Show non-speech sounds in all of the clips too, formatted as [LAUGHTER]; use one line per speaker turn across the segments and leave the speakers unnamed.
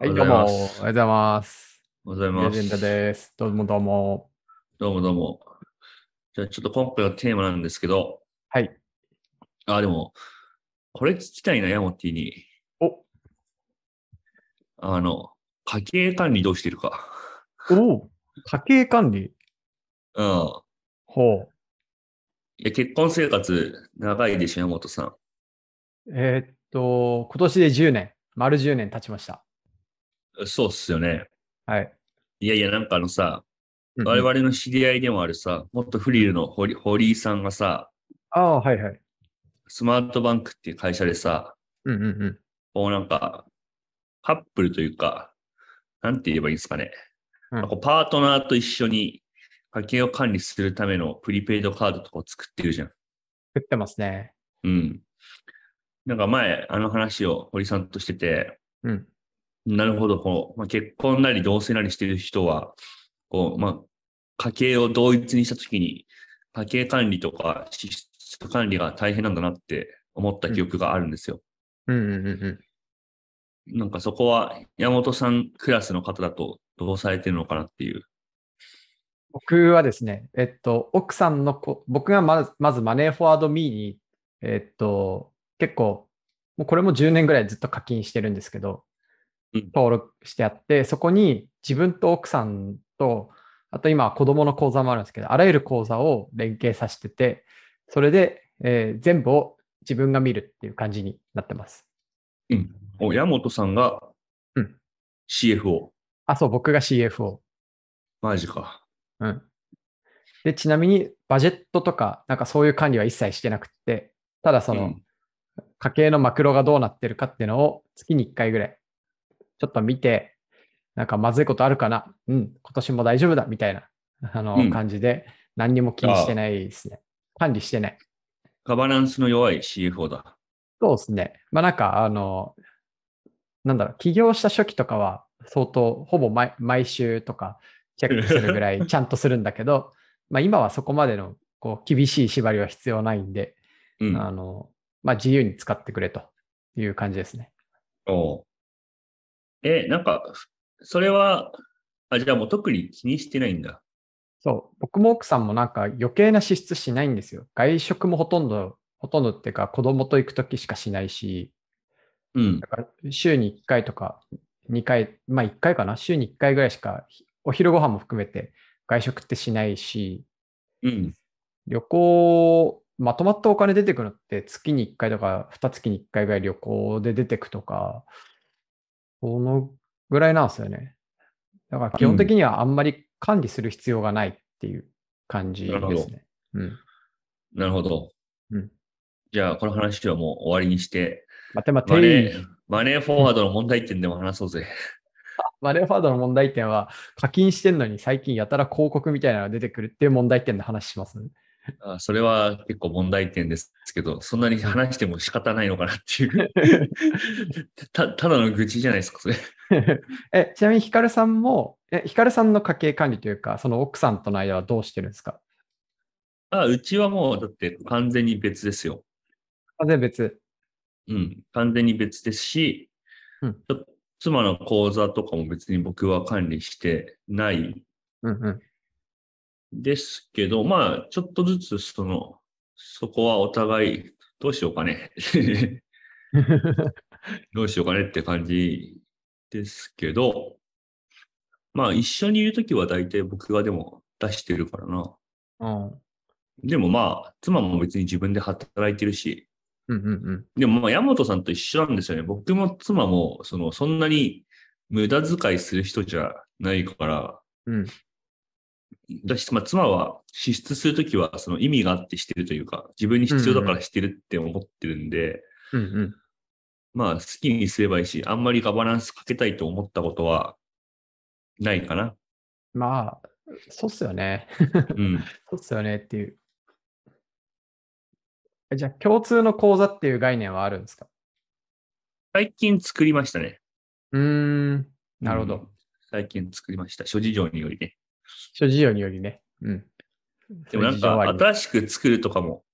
はい、
お
ど
は
う
ようござい
も、お
ま
は
す
ようございます。
おはようござ
レジ
いま
ェンダ
す。
です。どうもどうも。
どうもどうも。じゃあちょっと今回のテーマなんですけど、
はい。
あ、でも、これ聞きたいな、ヤモティに。
お
あの、家計管理どうしてるか。
お家計管理。
うん。
ほう。
いや、結婚生活長いでしょ、ヤモトさん。
えーっと、今年で10年、丸10年経ちました。
そうっすよね。
はい。
いやいや、なんかあのさ、
うん
我々の知り合いでもあるさ、元フリルの堀堀井さんがさ、
ああ、はいはい。
スマートバンクっていう会社でさ、
うんうんうん。
こうなんか、カップルというか、なんて言えばいいんですかね。
うん
まあこうパートナーと一緒に家計を管理するためのプリペイドカードとかを作ってるじゃん。
食ってますね。
うん。なんか前、あの話を堀さんとしてて、
うん。
なるほど、こう、まあ、結婚なり同棲なりしてる人は、こう、まあ、家計を同一にしたときに、家計管理とか支出管理が大変なんだなって思った記憶があるんですよ。
うんうんうんうん。
なんかそこは山本さんクラスの方だとどうされてるのかなっていう。
僕はですね、えっと、奥さんの子、僕がまず、まずマネーフォワードミーに、えっと、結構、もうこれも10年ぐらいずっと課金してるんですけど、
うん
登録してあって、そこに自分と奥さんと、あと今は子供の口座もあるんですけど、あらゆる口座を連携させてて、それで、えー全部を自分が見るっていう感じになってます。
お山本さんが
うん
CFO。
あ、そう、僕が CFO。
マジか。
うん。で、ちなみに、バジェットとか、なんかそういう管理は一切してなくって、ただその、
うん
家計のマクロがどうなってるかっていうのを月に1回ぐらい、ちょっと見て、なんかまずいことあるかな、うん、今年も大丈夫だ、みたいな、あの、
うん
感じで、何にも気にしてないですね。管理してない。
ガバナンスの弱い CFO だ。
そうですね。まあなんか、あの、なんだろう、起業した初期とかは、相当、ほぼ毎毎週とか、チェックするぐ
[LAUGHS]
らいちゃんとするんだけど、まあ今はそこまでのこう厳しい縛りは必要ないんで、
うん。
あの、まあ自由に使ってくれという感じですね。
おうえ、なんか、それは、あ、じゃあもう特に気にしてないんだ。
そう、僕も奥さんもなんか余計な支出しないんですよ。外食もほとんど、ほとんどっていうか子供と行くときしかしないし、
うん
だ。から週に1回とか2回、まあ1回かな、週に1回ぐらいしかひお昼ご飯も含めて外食ってしないし、
うん。
旅行、まとまったお金出てくるのって月に1回とか2月に1回ぐらい旅行で出てくとか、このぐらいなんですよね。だから基本的にはあんまり管理する必要がないっていう感じ
なる
で
ほ
すね。うん。
なるほど。
うん
じゃあ、この話はもう終わりにして、
待て待
マネ
て
ー、マネーフォワードの問題点でも話そうぜ。
マネーフォワードの問題点は課金してんのに最近やたら広告みたいなのが出てくるっていう問題点の話します、
あそれは結構問題点ですけど、そんなに話しても仕方ないのかなって
[LAUGHS]
いう。たただの愚痴じゃないですか、それ。
[LAUGHS] え、ちなみにヒカルさんも、え、ヒカルさんの家計管理というか、その奥さんとの間はどうしてるんですか
あうちはもう、だって完全に別ですよ。
あ全然別。
うん。完全に別ですし、
うん
ちょ妻の口座とかも別に僕は管理してない
うんうん。
ですけど、まあ、ちょっとずつ、その、そこはお互い、どうしようかね。どうしようかねって感じですけど、まあ一緒にいるときは大体僕がでも出してるからな。
うん
でもまあ、妻も別に自分で働いてるし、
[LAUGHS] うんうん
でもまあ、山本さんと一緒なんですよね。僕も妻も、その、そんなに無駄遣いする人じゃないから、
うん。うん。
だし、まあ、妻は支出するときは、その意味があってしてるというか、自分に必要だからしてるって思ってるんで、
うんうん。
まあ好きにすればいいし、あんまりガバナンスかけたいと思ったことはないかな。
まあ、そうっすよね。
うん。
そうっすよねっていう。えじゃあ、共通の口座っていう概念はあるんですか
最近作りましたね。
うーん。なるほど。
うん最近作りました。諸事情によりね。
諸事情によりね。うん。
でもなん
そういう事情
か
はあります
新しく作るとかも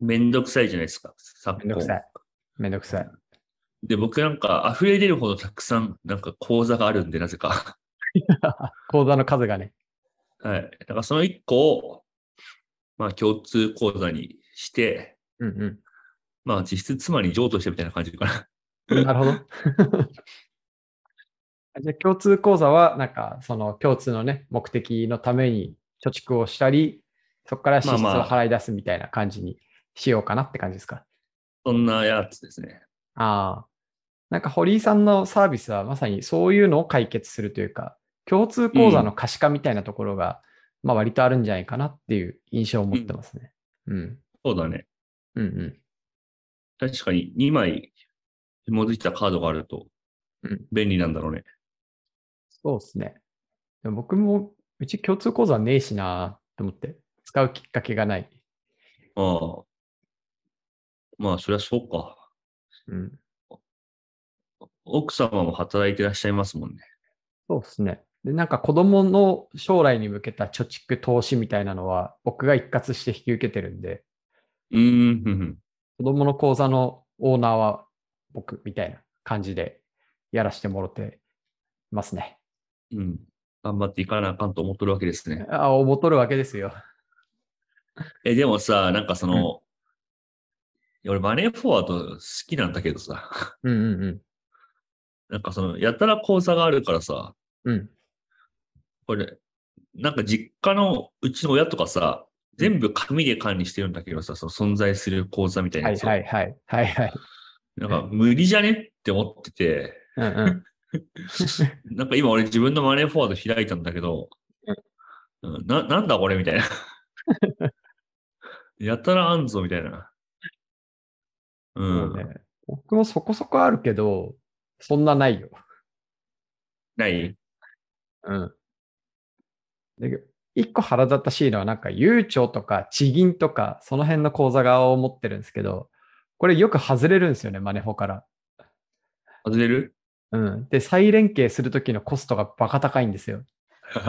めんどくさいじゃないですか。昨
めんどくさ
今。
い。めんどくさい。
で、僕なんか溢れ出るほどたくさんなんか講座があるんで、な
[LAUGHS]
ぜか。
講座の数がね。
はい。だからその一個を、まあ共通講座にして、
うん
まあ実質妻に譲渡したみたいな感じかな。
うん。なるほ [LAUGHS] ど。じゃあ共通講座は、なんか、その共通のね、目的のために貯蓄をしたり、そこから支出を
まあまあ
払い出すみたいな感じにしようかなって感じですか。
そんなやつですね。
ああ。なんか堀井さんのサービスはまさにそういうのを解決するというか、共通講座の可視化みたいなところが、まあ割とあるんじゃないかなっていう印象を持ってますね。うん。
そうだね。
うんうん。
確かに2枚紐づいたカードがあると
うん
便利なんだろうね。
そうですね。でも僕もうち共通講座ねえしなと思って、使うきっかけがない。
ああ。まあ、そりゃそうか。
うん。
奥様も働いてらっしゃいますもんね。
そうですね。で、なんか子供の将来に向けた貯蓄投資みたいなのは、僕が一括して引き受けてるんで、
うーんふんふん。
子供の口座のオーナーは僕みたいな感じでやらしてもろてますね。
うん。頑張っていかなあかんと思っとるわけですね。
あ、思っとるわけですよ。
え、でもさ、なんかその、いや俺マネーフォワード好きなんだけどさ、
うんうんうん。
なんかその、やたら口座があるからさ、
うん。
これ、なんか実家のうちの親とかさ、全部紙で管理してるんだけどさ、その存在する口座みたいな
は
や
い
つを
はいはい。はいはい。
なんか無理じゃねって思ってて、
[LAUGHS] うんうん。
なんか今俺自分のマネーフォワード開いたんだけど、うんな、なんだこれみたい [LAUGHS] な。やたらあんぞみたいな。う
も
ん。
うね、僕もそこそこあるけど、そんなないよ。
ない
うん。で、一個腹立たしいのは、なんか、ゆうちょとか、地銀とか、その辺の口座側を持ってるんですけど、これよく外れるんですよね、マネホから。
外れる [LAUGHS]
うん。で、再連携するときのコストがバカ高いんですよ。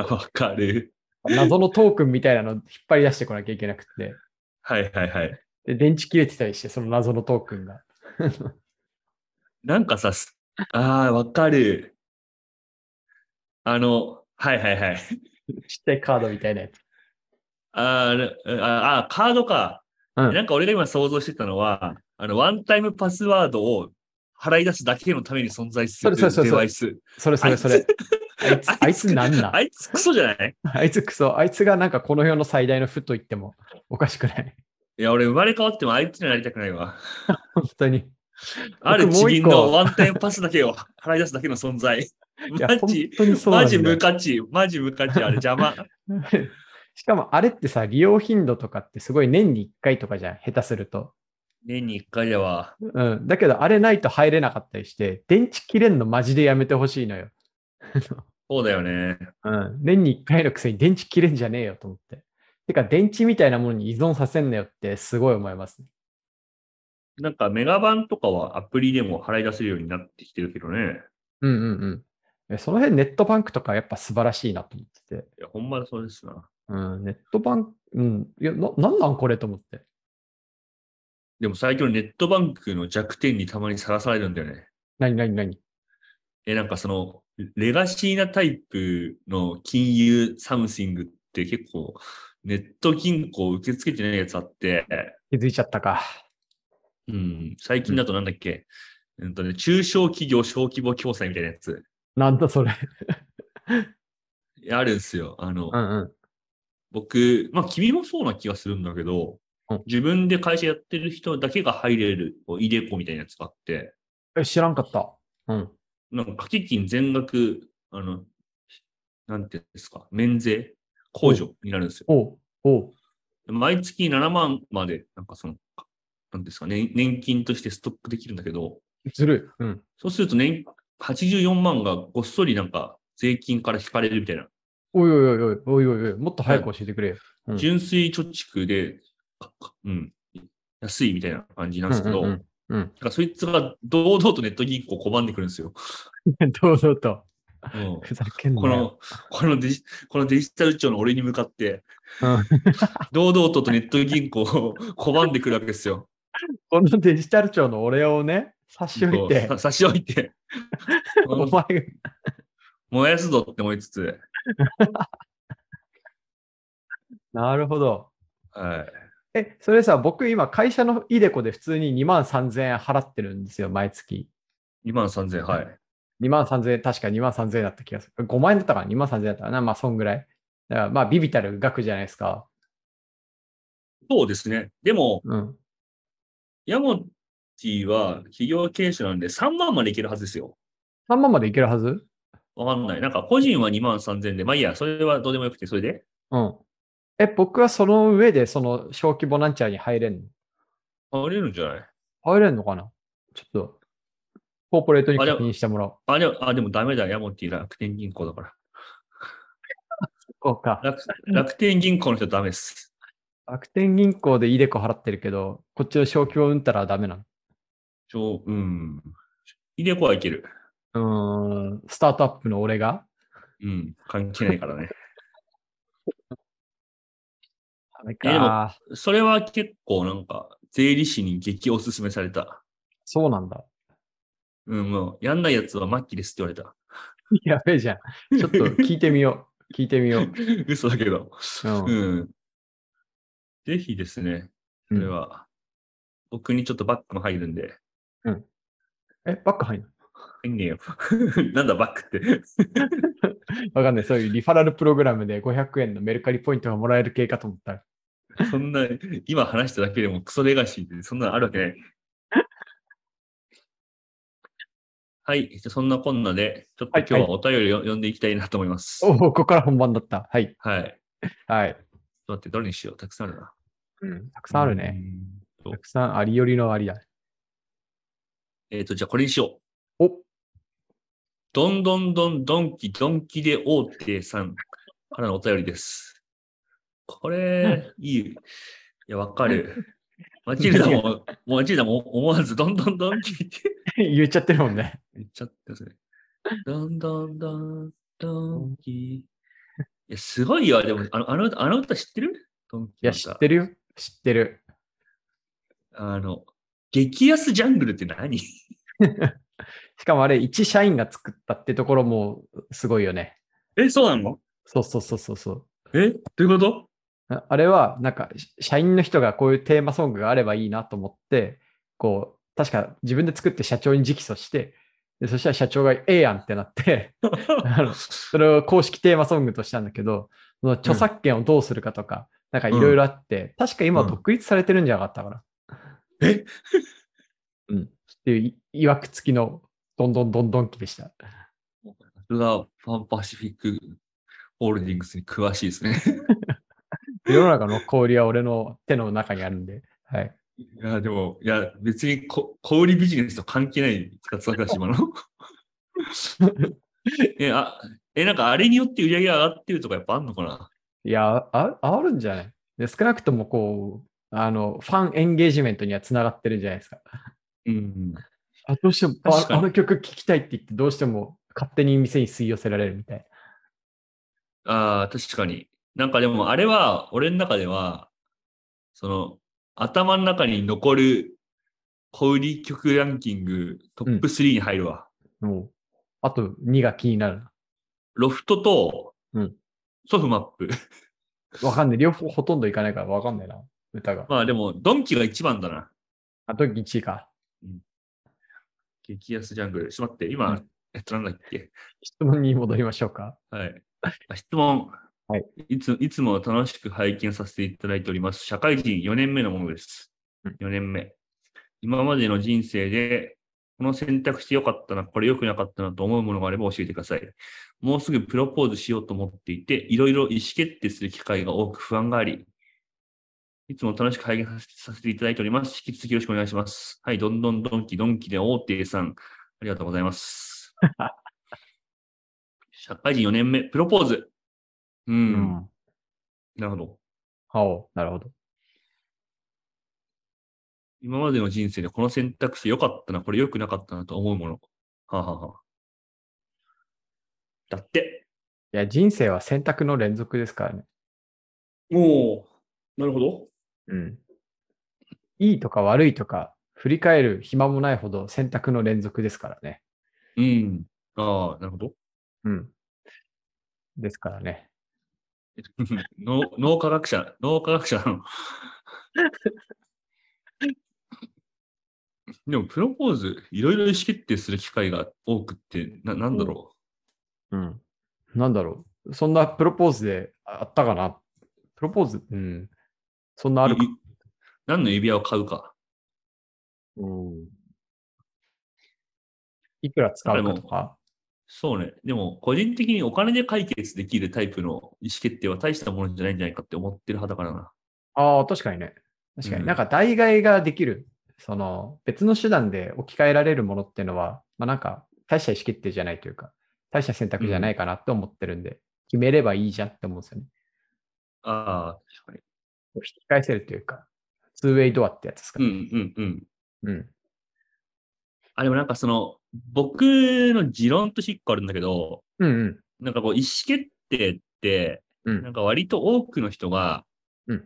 わかる。
謎のトークンみたいなのを引っ張り出してこなきゃいけなくって。
はいはいはい。
で、電池切れてたりして、その謎のトークンが。
なんかさ、すああ、わかる。あの、はいはいはい。
ちっちゃいカードみたいなやつ。
あーああー、カードか。
うん
なんか俺が今想像してたのは、あの、ワンタイムパスワードを払い出すだけのために存在する
そうそうそうそう
デバイス。
それそれそれ。あいつ、あいつなんだ
あいつクソじゃない
あいつクソ。あいつがなんかこの世の最大の負と言ってもおかしくない。
いや、俺生まれ変わってもあいつになりたくないわ。
本当に。
ある
僕も
地
う一
銀
個
のワンタイムパスだけを [LAUGHS] 払い出すだけの存在。
いや、
マ
本
ジ、
当にそうなん
マ
だ
ジ
よ
無価値、マジ無価値、あれ邪魔。
[LAUGHS] しかもあれってさ、利用頻度とかってすごい年に1回とかじゃん、下手すると。
年に一回だわ。
うん。だけどあれないと入れなかったりして、電池切れんのマジでやめてほしいのよ。
そうだよね。
[LAUGHS] うん。年に1回のくせに電池切れんじゃねえよと思って。てか、電池みたいなものに依存させんなよってすごい思いますね。
なんかメガバンとかはアプリでも払い出せるようになってきてるけどね。
うんうんうんえ。その辺ネットバンクとかやっぱ素晴らしいなと思ってて。
いや、ほんまそうですな。
うん。ネットバンク、うん。いや、な、なんなんこれと思って。
でも最近のネットバンクの弱点にたまにさらされるんだよね。
なになになに
え、なんかその、レガシーなタイプの金融サムシングって結構、ネット銀行受け付けてないやつあって、
気づいちゃったか。
うん、最近だとなんだっけ、うんとね、中小企業小規模共済みたいなやつ、
なんだそれ。
いやあるんですよ。あの、
うんうん。
僕、まあ君もそうな気がするんだけど、
うん
自分で会社やってる人だけが入れる、こうイデコみたいなやつがあって、
え、知らんかった。うん。
なんか掛け金全額、あの、なんていうんですか、免税控除になるんですよ。
おうおう
毎月7万まで、なんかその、なんですかね、年金としてストックできるんだけど、
ずるい。うん。
そうすると年、84万がごっそりなんか税金から引かれるみたいな、
おいおいおいおい、おいおいおい、もっと早く教えてくれよ。うん
純粋貯蓄で、かかうん、安いみたいな感じなんですけ
う
ど、
んうんう
だ
んうん。
からそいつが堂々とネット銀行を拒んでくるんで
[LAUGHS]
すよ。
どうぞと。
うん
ふざけんな
こ
よ。
の、このデジ、このデジタル庁の俺に向かって、
うん
堂々ととネット銀行を拒んでくるわけですよ。
このデジタル庁のお礼をね、差し置いて、
こう、さ差し置いて
お前が
燃やすぞって思いつつ、
なるほど。
はい。
え、それさ、僕今会社のイデコで普通に2万3000円払ってるんですよ、毎月。
2万3000、はい。
2万3000円、確か2万3000円だった気がする。5万円だったかな ?2 万3000円だったかなまあ、そんぐらい。だからまあ、ビビたる額じゃないですか。
そうですね。でも、
うん。
ヤモティは企業経営者なんで3万までいけるはずですよ。
3万までいけるはず
わかんない。なんか個人は2万3000で、まあいいや、それはどうでもよくて、それで
うん。え、僕はその上で、その小規模なんちゃらに入れんの
あれるんじゃない
入れんのかなちょっと、コーポレートに
あでも
確認してもらおう。
あ、でも、あ、でもダメだ。ヤモティ楽天銀行だから。
そうか。
楽楽天銀行の人ダメです。
楽天銀行でイデコ払ってるけど、こっちの小規模うんたらダメな
ちょうん。イデコはいける。
の。うーん、スタートアップの俺が
うん。関係ないからね。 [LAUGHS]
ダメ
えで
か。
それは結構なんか、税理士に激おすすめされた。
そうなんだ。
うん、もう、やんないやつは末期ですって言われた。
やべえじゃん。ちょっと聞いてみよ
[LAUGHS]
う。聞いてみよう。
嘘だけど。
うん
うん。ぜひですね、それは、僕にちょっとバックも入るんで、
え、バック入んの
入んねえよ。 [LAUGHS] なんだバックって。
わかんない。そういうリファラルプログラムで500円のメルカリポイントがもらえる系かと思った。
[LAUGHS] そんな、今話しただけでもクソレガシーって、そんなのあるわけない。 [LAUGHS] はい。じゃあそんなこんなで、ちょっと
はい
今日はお便りを読んでいきたいなと思います。
おお、ここから本番だった。はい。
はい。
はい。
ちょっと待って、どれにしようたくさんあるな。
うん、たくさんあるね。
うん
た
と。
くさんありよりのありだ。
えっ、と、じゃあこれにしよう。
お
どんどんどんどんきどんきで大手さんからのお便りです。これ、いい。いや、わかる。
[LAUGHS]
マチルダも、マチルダも思わずどんどんどんきって
[LAUGHS] 言っちゃってるもんね。
言っちゃってますね。どんどんどんどん [LAUGHS] き。いや、すごいよ。でも、あの、あの歌あの歌知ってるドンキ
いや、知って
る。
るよ。知ってる。
あの、激安ジャングルって何
しかもあれ、一社員が作ったってところもすごいよね。
え、そうなの
そうそうそうそうそう。
えどういうこと
ああれは、なんか、し社員の人がこういうテーマソングがあればいいなと思って、こう、確か自分で作って社長に直訴して、でそしたら社長がええやんってな
[LAUGHS]
って、あのそれを公式テーマソングとしたんだけど、その著作権をどうするかとか、なんかいろいろあって、確か今
うん
独立されてるんじゃなかったかな。
え
[LAUGHS] うん。っていうい、いわくつきのどんどんどんどん期でした。
さすがファンパシフィックホールディングスに詳しいですね。
世の中の氷は俺の手の中にあるんで、はい。
[LAUGHS] いや、でも、いや、別にこ小売ビジネスと関係ない雑学だし、今の。 [LAUGHS] え、あ、え、なんかあれによって売り上げ上がってるとかやっぱあんのかない
や、ああるんじゃないで少なくともこう、あの、ファンエンゲージメントにはつながってるんじゃないですか。
うん。
あどうしてもあ
確かに
あの曲聴きたいって言って、どうしても勝手に店に吸い寄せられるみたい。
ああ、確かに。なんかでも、あれは、俺の中では、その、頭の中に残る小売曲ランキングトップ3に入るわ。
もう、あと2が気になるな。
ロフトと、
うん
ソフマップ。
わかんない。両方ほとんどいかないからわかんないな。歌が。
まあでも、ドンキが一番だな。
あと1位か。
激安ジャングル。ちょっと待って、今、
うん
えっと、なんだっけ。
質問に戻りましょうか。
はい。あ質問。
はい。
いつ、いつも楽しく拝見させていただいております。社会人4年目のものです
うん。
4年目。今までの人生で、この選択肢良かったな、これ良くなかったなと思うものがあれば教えてください。もうすぐプロポーズしようと思っていて、いろいろ意思決定する機会が多く不安があり、いつも楽しく拝見させていただいております。引き続きよろしくお願いします。はい、どんどんドンキ、ドンキで大手さん、ありがとうござ
[LAUGHS]
います。社会人4年目、プロポーズ。う、。
うん
なるほど。
おうなるほど。
今までの人生でこの選択肢良かったな、これ良くなかったなと思うもの。はあ、はあはあ、だって。
いや、人生は選択の連続ですからね。
もう、なるほど。
うん。いいとか悪いとか、振り返る暇もないほど選択の連続ですからね。
うん。ああ、なるほど。
うん。ですからね。
脳脳科学者、脳科学者なの。 [LAUGHS] でも、プロポーズ、いろいろ意思決定する機会が多くって、ななんだろ
うん。なんだろう。そんなプロポーズであったかなプロポーズうん。そんな
う。
あるか
い。何の指輪を買うか。
いくら使うかとか。
そうね。でも、個人的にお金で解決できるタイプの意思決定は大したものじゃないんじゃないかって思ってる派だからな。
ああ、確かにね。確かに、
うん
なんか代替ができる。その別の手段で置き換えられるものっていうのは、まあなんか大した意思決定じゃないというか、大した選択じゃないかなって思ってるんで、決めればいいじゃんって思うんですよね。
ああ、確かに。
こう引き返せるというか、ツーウェイドアってやつですかね。
うんうんうん。
うん。
あ、でもなんかその、僕の持論として一個あるんだけど、
うんうん。
なんかこう、意思決定って、
う
なん
ん。
か割と多くの人が、
うん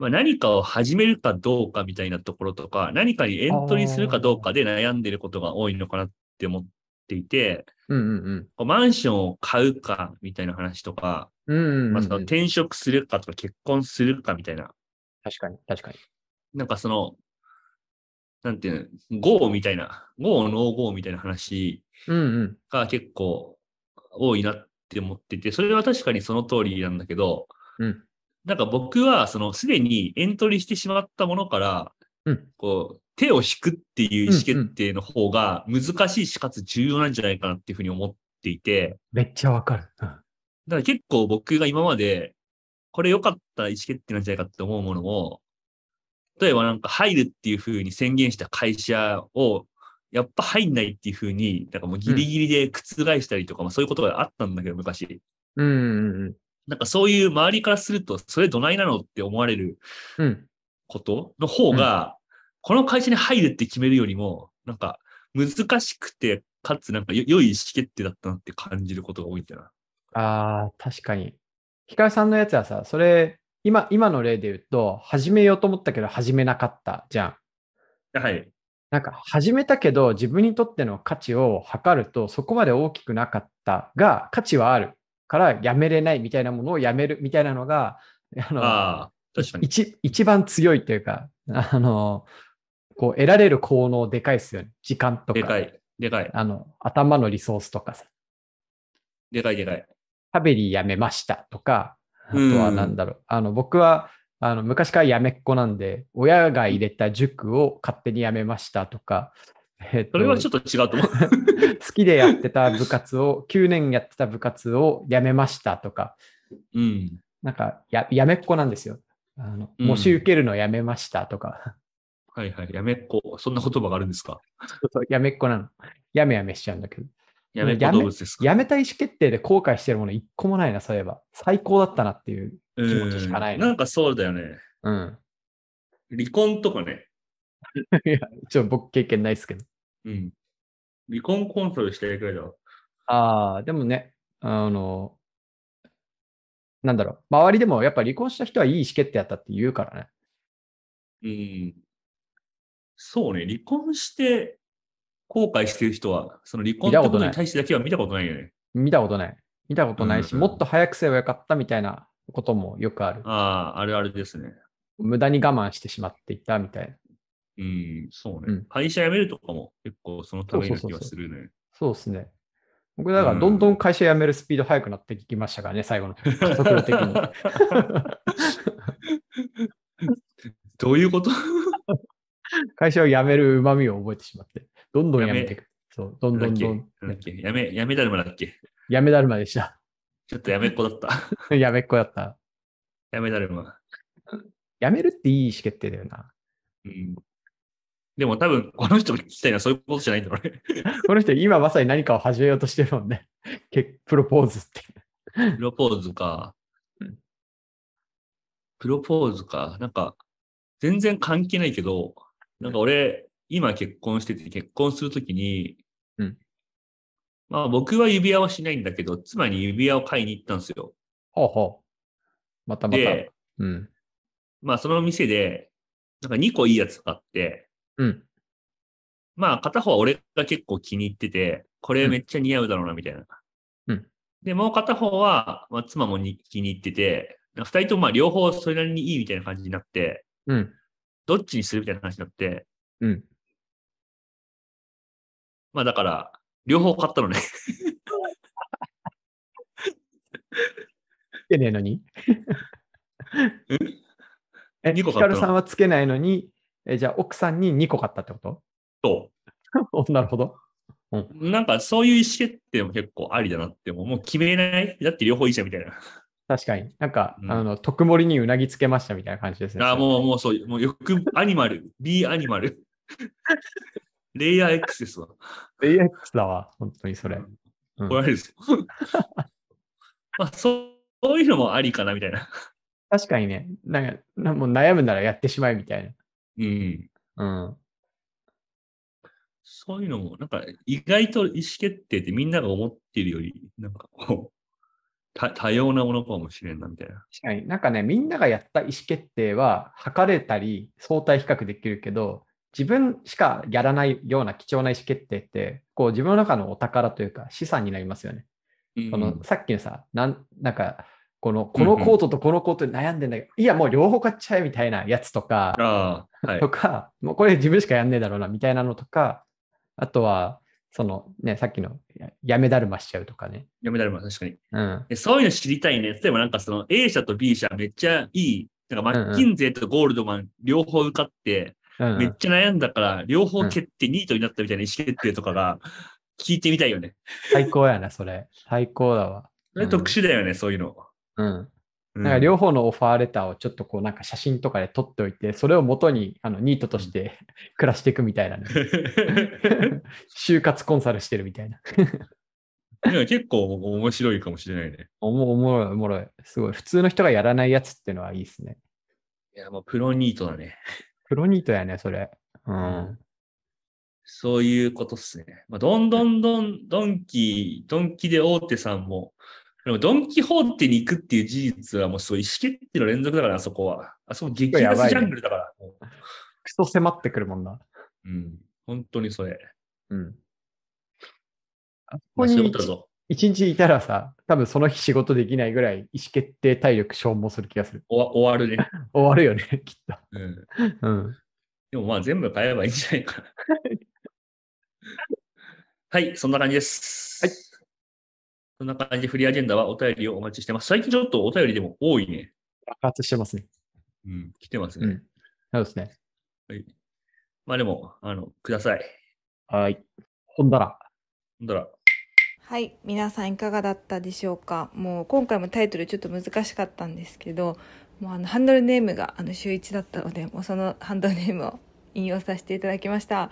まあ、何かを始めるかどうかみたいなところとか、何かにエントリーするかどうかで悩んでることが多いのかなって思っていて、
うんうんうん。
こうマンションを買うかみたいな話とか、
うんうんうん
まあ、
うん
その転職するかとか結婚するかみたいな、
確かに、確かに。
なんかその、なんていうの、ゴーみたいな、ゴー、ノーゴーみたいな話
うんうん。
が結構多いなって思ってて、それは確かにその通りなんだけど、
うん。
なんか僕は、その、すでにエントリーしてしまったものから、
うん
こう、手を引くっていう意思決定の方が難しいし、かつ重要なんじゃないかなっていうふうに思っていて、
めっちゃわかる。うん
だから結構僕が今まで、これ良かった意思決定なんじゃないかって思うものを、例えばなんか入るっていうふうに宣言した会社を、やっぱ入んないっていうふうに、なんかもうギリギリで覆したりとか、まあそういうことがあったんだけど、昔。
うんうん
なんかそういう周りからすると、それどないなのって思われる
うん。うん。
ことの方が、この会社に入るって決めるよりも、なんか難しくて、かつなんかよ良い意思決定だったなって感じることが多いんだよな。
ああ、確かに。ヒカルさんのやつはさ、それ、今、今の例で言うと、始めようと思ったけど始めなかったじゃん。
はい。
なんか、始めたけど自分にとっての価値を測ると、そこまで大きくなかったが、価値はあるからやめれないみたいなものをやめるみたいなのが、あの、
ああ、確かに。
一一番強いというか、あの、こう得られる効能でかいですよね。時間とか、
でかい。でかい。
あの、頭のリソースとかさ、
でかいでかい。
食べにやめましたとか、あと
うん
はなんだろう、あの、僕は、あの昔からやめっ子なんで、親が入れた塾を勝手にやめましたとか、えっと
それはちょっと違うと思う。
好きでやってた部活を、9年やってた部活をやめましたとか、
うん。
なんかや、やめっ子なんですよ。あの
うん
模試受けるのやめましたとか、
はいはい。やめっこ。そんな言葉があるんですか
やめっ子なの。やめやめしちゃうんだけど。
やめっ
や
こ
め
動物ですか
やめた意思決定で後悔してるもの一個もないな、そういえば。最高だったなっていう。
うん
気持ちしかないな
なんかそうだよね。
うん。
離婚とかね。
いや、ちょ、僕経験ないですけど。
うん。離婚コンサルしてるくらいだわ。
ああ、でもね、あの、なんだろう、周りでもやっぱ離婚した人はいい意思決定だったって言うからね。
うん。そうね、離婚して後悔してる人は、その離婚
見た
ってこ
こと
と
ない
に対してだけは見たことないよね。
見たことない。見たことないし、
うんうん
もっと早くすればよかったみたいなこともよくある。
ああ、あれあれですね。
無駄に我慢してしまっていたみたいな。
うん、そうね。
うん
会社辞めるとかも結構そのためな気がするね。
そうですね。僕、だからどんどん会社辞めるスピード速くなってきましたからね、最後の。加速度的に。 [LAUGHS]
[LAUGHS] どういうこと
会社を辞める旨味を覚えてしまって、どんどん辞めていく。そう、どん
な
ど
ん
ん
だ
ど
っ
ん。
けなんだっけやめ、やめだるまだっけ
辞めだるまでした。 [LAUGHS]
ちょっとやめっ子だった。 [LAUGHS]
やめっ子だった。
やめだるま。
辞めるっていい意思決定だよな。
うん。でも多分、この人が聞きたいのはそういうことじゃないんだ
[LAUGHS]
ろうね。
この人、今まさに何かを始めようとしてるもんね。 [LAUGHS] けプロポーズって。
プロポーズか
うん。
プロポーズか。なんか、全然関係ないけど、なんか俺、今結婚してて、結婚するときに、
うん
まあ僕は指輪はしないんだけど、妻に指輪を買いに行ったんですよ。
ほうほう。またまた。
で、
うん。
まあその店で、なんか2個いいやつがあって、
うん。
まあ、片方は俺が結構気に入ってて、これめっちゃ似合うだろうな、みたいな。
うん
で、もう片方は、まあ、妻もに気に入ってて、二人ともまあ、両方それなりにいいみたいな感じになって、
うん。
どっちにするみたいな話になって、
うん。
まあ、だから、両方買ったのね。 [LAUGHS]
つけねえの
[LAUGHS]
に。え、
二個
ヒカ
買ったの
ルさんはつけないのに、え、じゃあ奥さんに2個買ったってこと [LAUGHS]
と、
おなるほど。
なんかそういう意思決定も結構ありだなって思う。もう決めないだって両方いいじゃんみたいな。
確かに。なんか、
うん
あの、特盛りにうなぎつけましたみたいな感じですね。
あもう、もうそう、もうよく、アニマル、B アニマ
[LAUGHS]
ル。レイヤー X ですわ。
う。AX [LAUGHS] だわ、本当にそれ。うん
怒られるぞ。 [LAUGHS] まあ、そうそういうのもありかな、みたいな。
確かにね、なんか、なもう悩むならやってしまえみたい
うん。
な。うん。
そういうのも、なんか、意外と意思決定ってみんなが思ってるより、なんかこう、 [LAUGHS] た多様なものかもしれんな、みたいな。
確かになんかね、みんながやった意思決定は、測れたり、相対比較できるけど、自分しかやらないような貴重な意思決定って、こう自分の中のお宝というか資産になりますよね。
うん
そのさっきのさ、なんなんかこの、このコートとこのコートで悩んでんだけど、いや、もう両方買っちゃえみたいなやつとか、
あ
[LAUGHS]
あ、はい
と。か、もうこれ自分しかやんねえだろうなみたいなのとか、あとは、そのね、さっきのややめだるましちゃうとかね。
やめられます、確かに。
うん。
えそういうの知りたいね。例えばなんかその A 社と B 社めっちゃいい。なんかマッキンゼとゴールドマン両方受かって、
うんうん
めっちゃ悩んだから両方蹴ってニートになったみたいな意思決定とかが聞いてみたいよね。
最高やな、それ。最高だわ。
それ特殊だよね、そういうの。
うん。
うん
なんか両方のオファーレターをちょっとこう、なんか写真とかで撮っておいて、それを元にあのニートとして [LAUGHS] 暮らしていくみたいな [LAUGHS] ね。
[LAUGHS]
就活コンサルしてるみたいな。
いや結構面白いかもしれないね。
おもおもろい、おもろい。すごい。普通の人がやらないやつってのはいいですね。
いや、もうプロニートだね。
プロニートやね、それ。うん。
そういうことっすね。まあ、どんどんどん、ドンキ、ドンキで大手さんも、でもドンキホーテに行くっていう事実はもうすごい意思決定の連続だから、あそこは。あそこ激
やばい
安
ね
ジャングルだから。もう
クソ迫ってくるもんな。
うん。本当にそれ。
うん。あそこ
まあ、そういう
に
ことだぞ。
一日いたらさ、多分その日仕事できないぐらい意思決定体力消耗する気がする。
おわ終わるね。
終わるよね、きっ
うん。
と。うん。
でもまあ全部買えばいいんじゃない [LAUGHS] かな。はい、そんな感じです。
はい。
そんな感じでフリーアジェンダはお便りをお待ちしてます。最近ちょっとお便りでも多いね。
爆発してますね。
うん、来てますね。
うん。そうですね。
まあでも、あの、ください。
はい。ほんだら。
ほんだら、
はい皆さんいかがだったでしょうかもう今回もタイトルちょっと難しかったんですけどもうあのハンドルネームがあの週一だったのでもうそのハンドルネームを引用させていただきました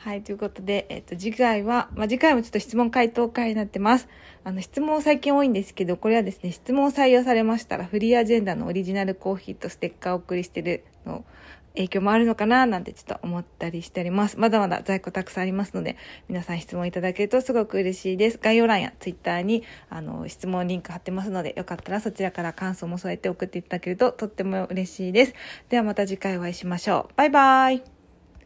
はいということで、えっと、次回は、まあ、次回もちょっと質問回答会になってますあの質問最近多いんですけどこれはですね質問採用されましたらフリーアジェンダのオリジナルコーヒーとステッカーをお送りしてるの影響もあるのかななんてちょっと思ったりしておりますまだまだ在庫たくさんありますので皆さん質問いただけるとすごく嬉しいです概要欄やツイッターにあの質問リンク貼ってますのでよかったらそちらから感想も添えて送っていただけるととっても嬉しいですではまた次回お会いしましょうバイバイ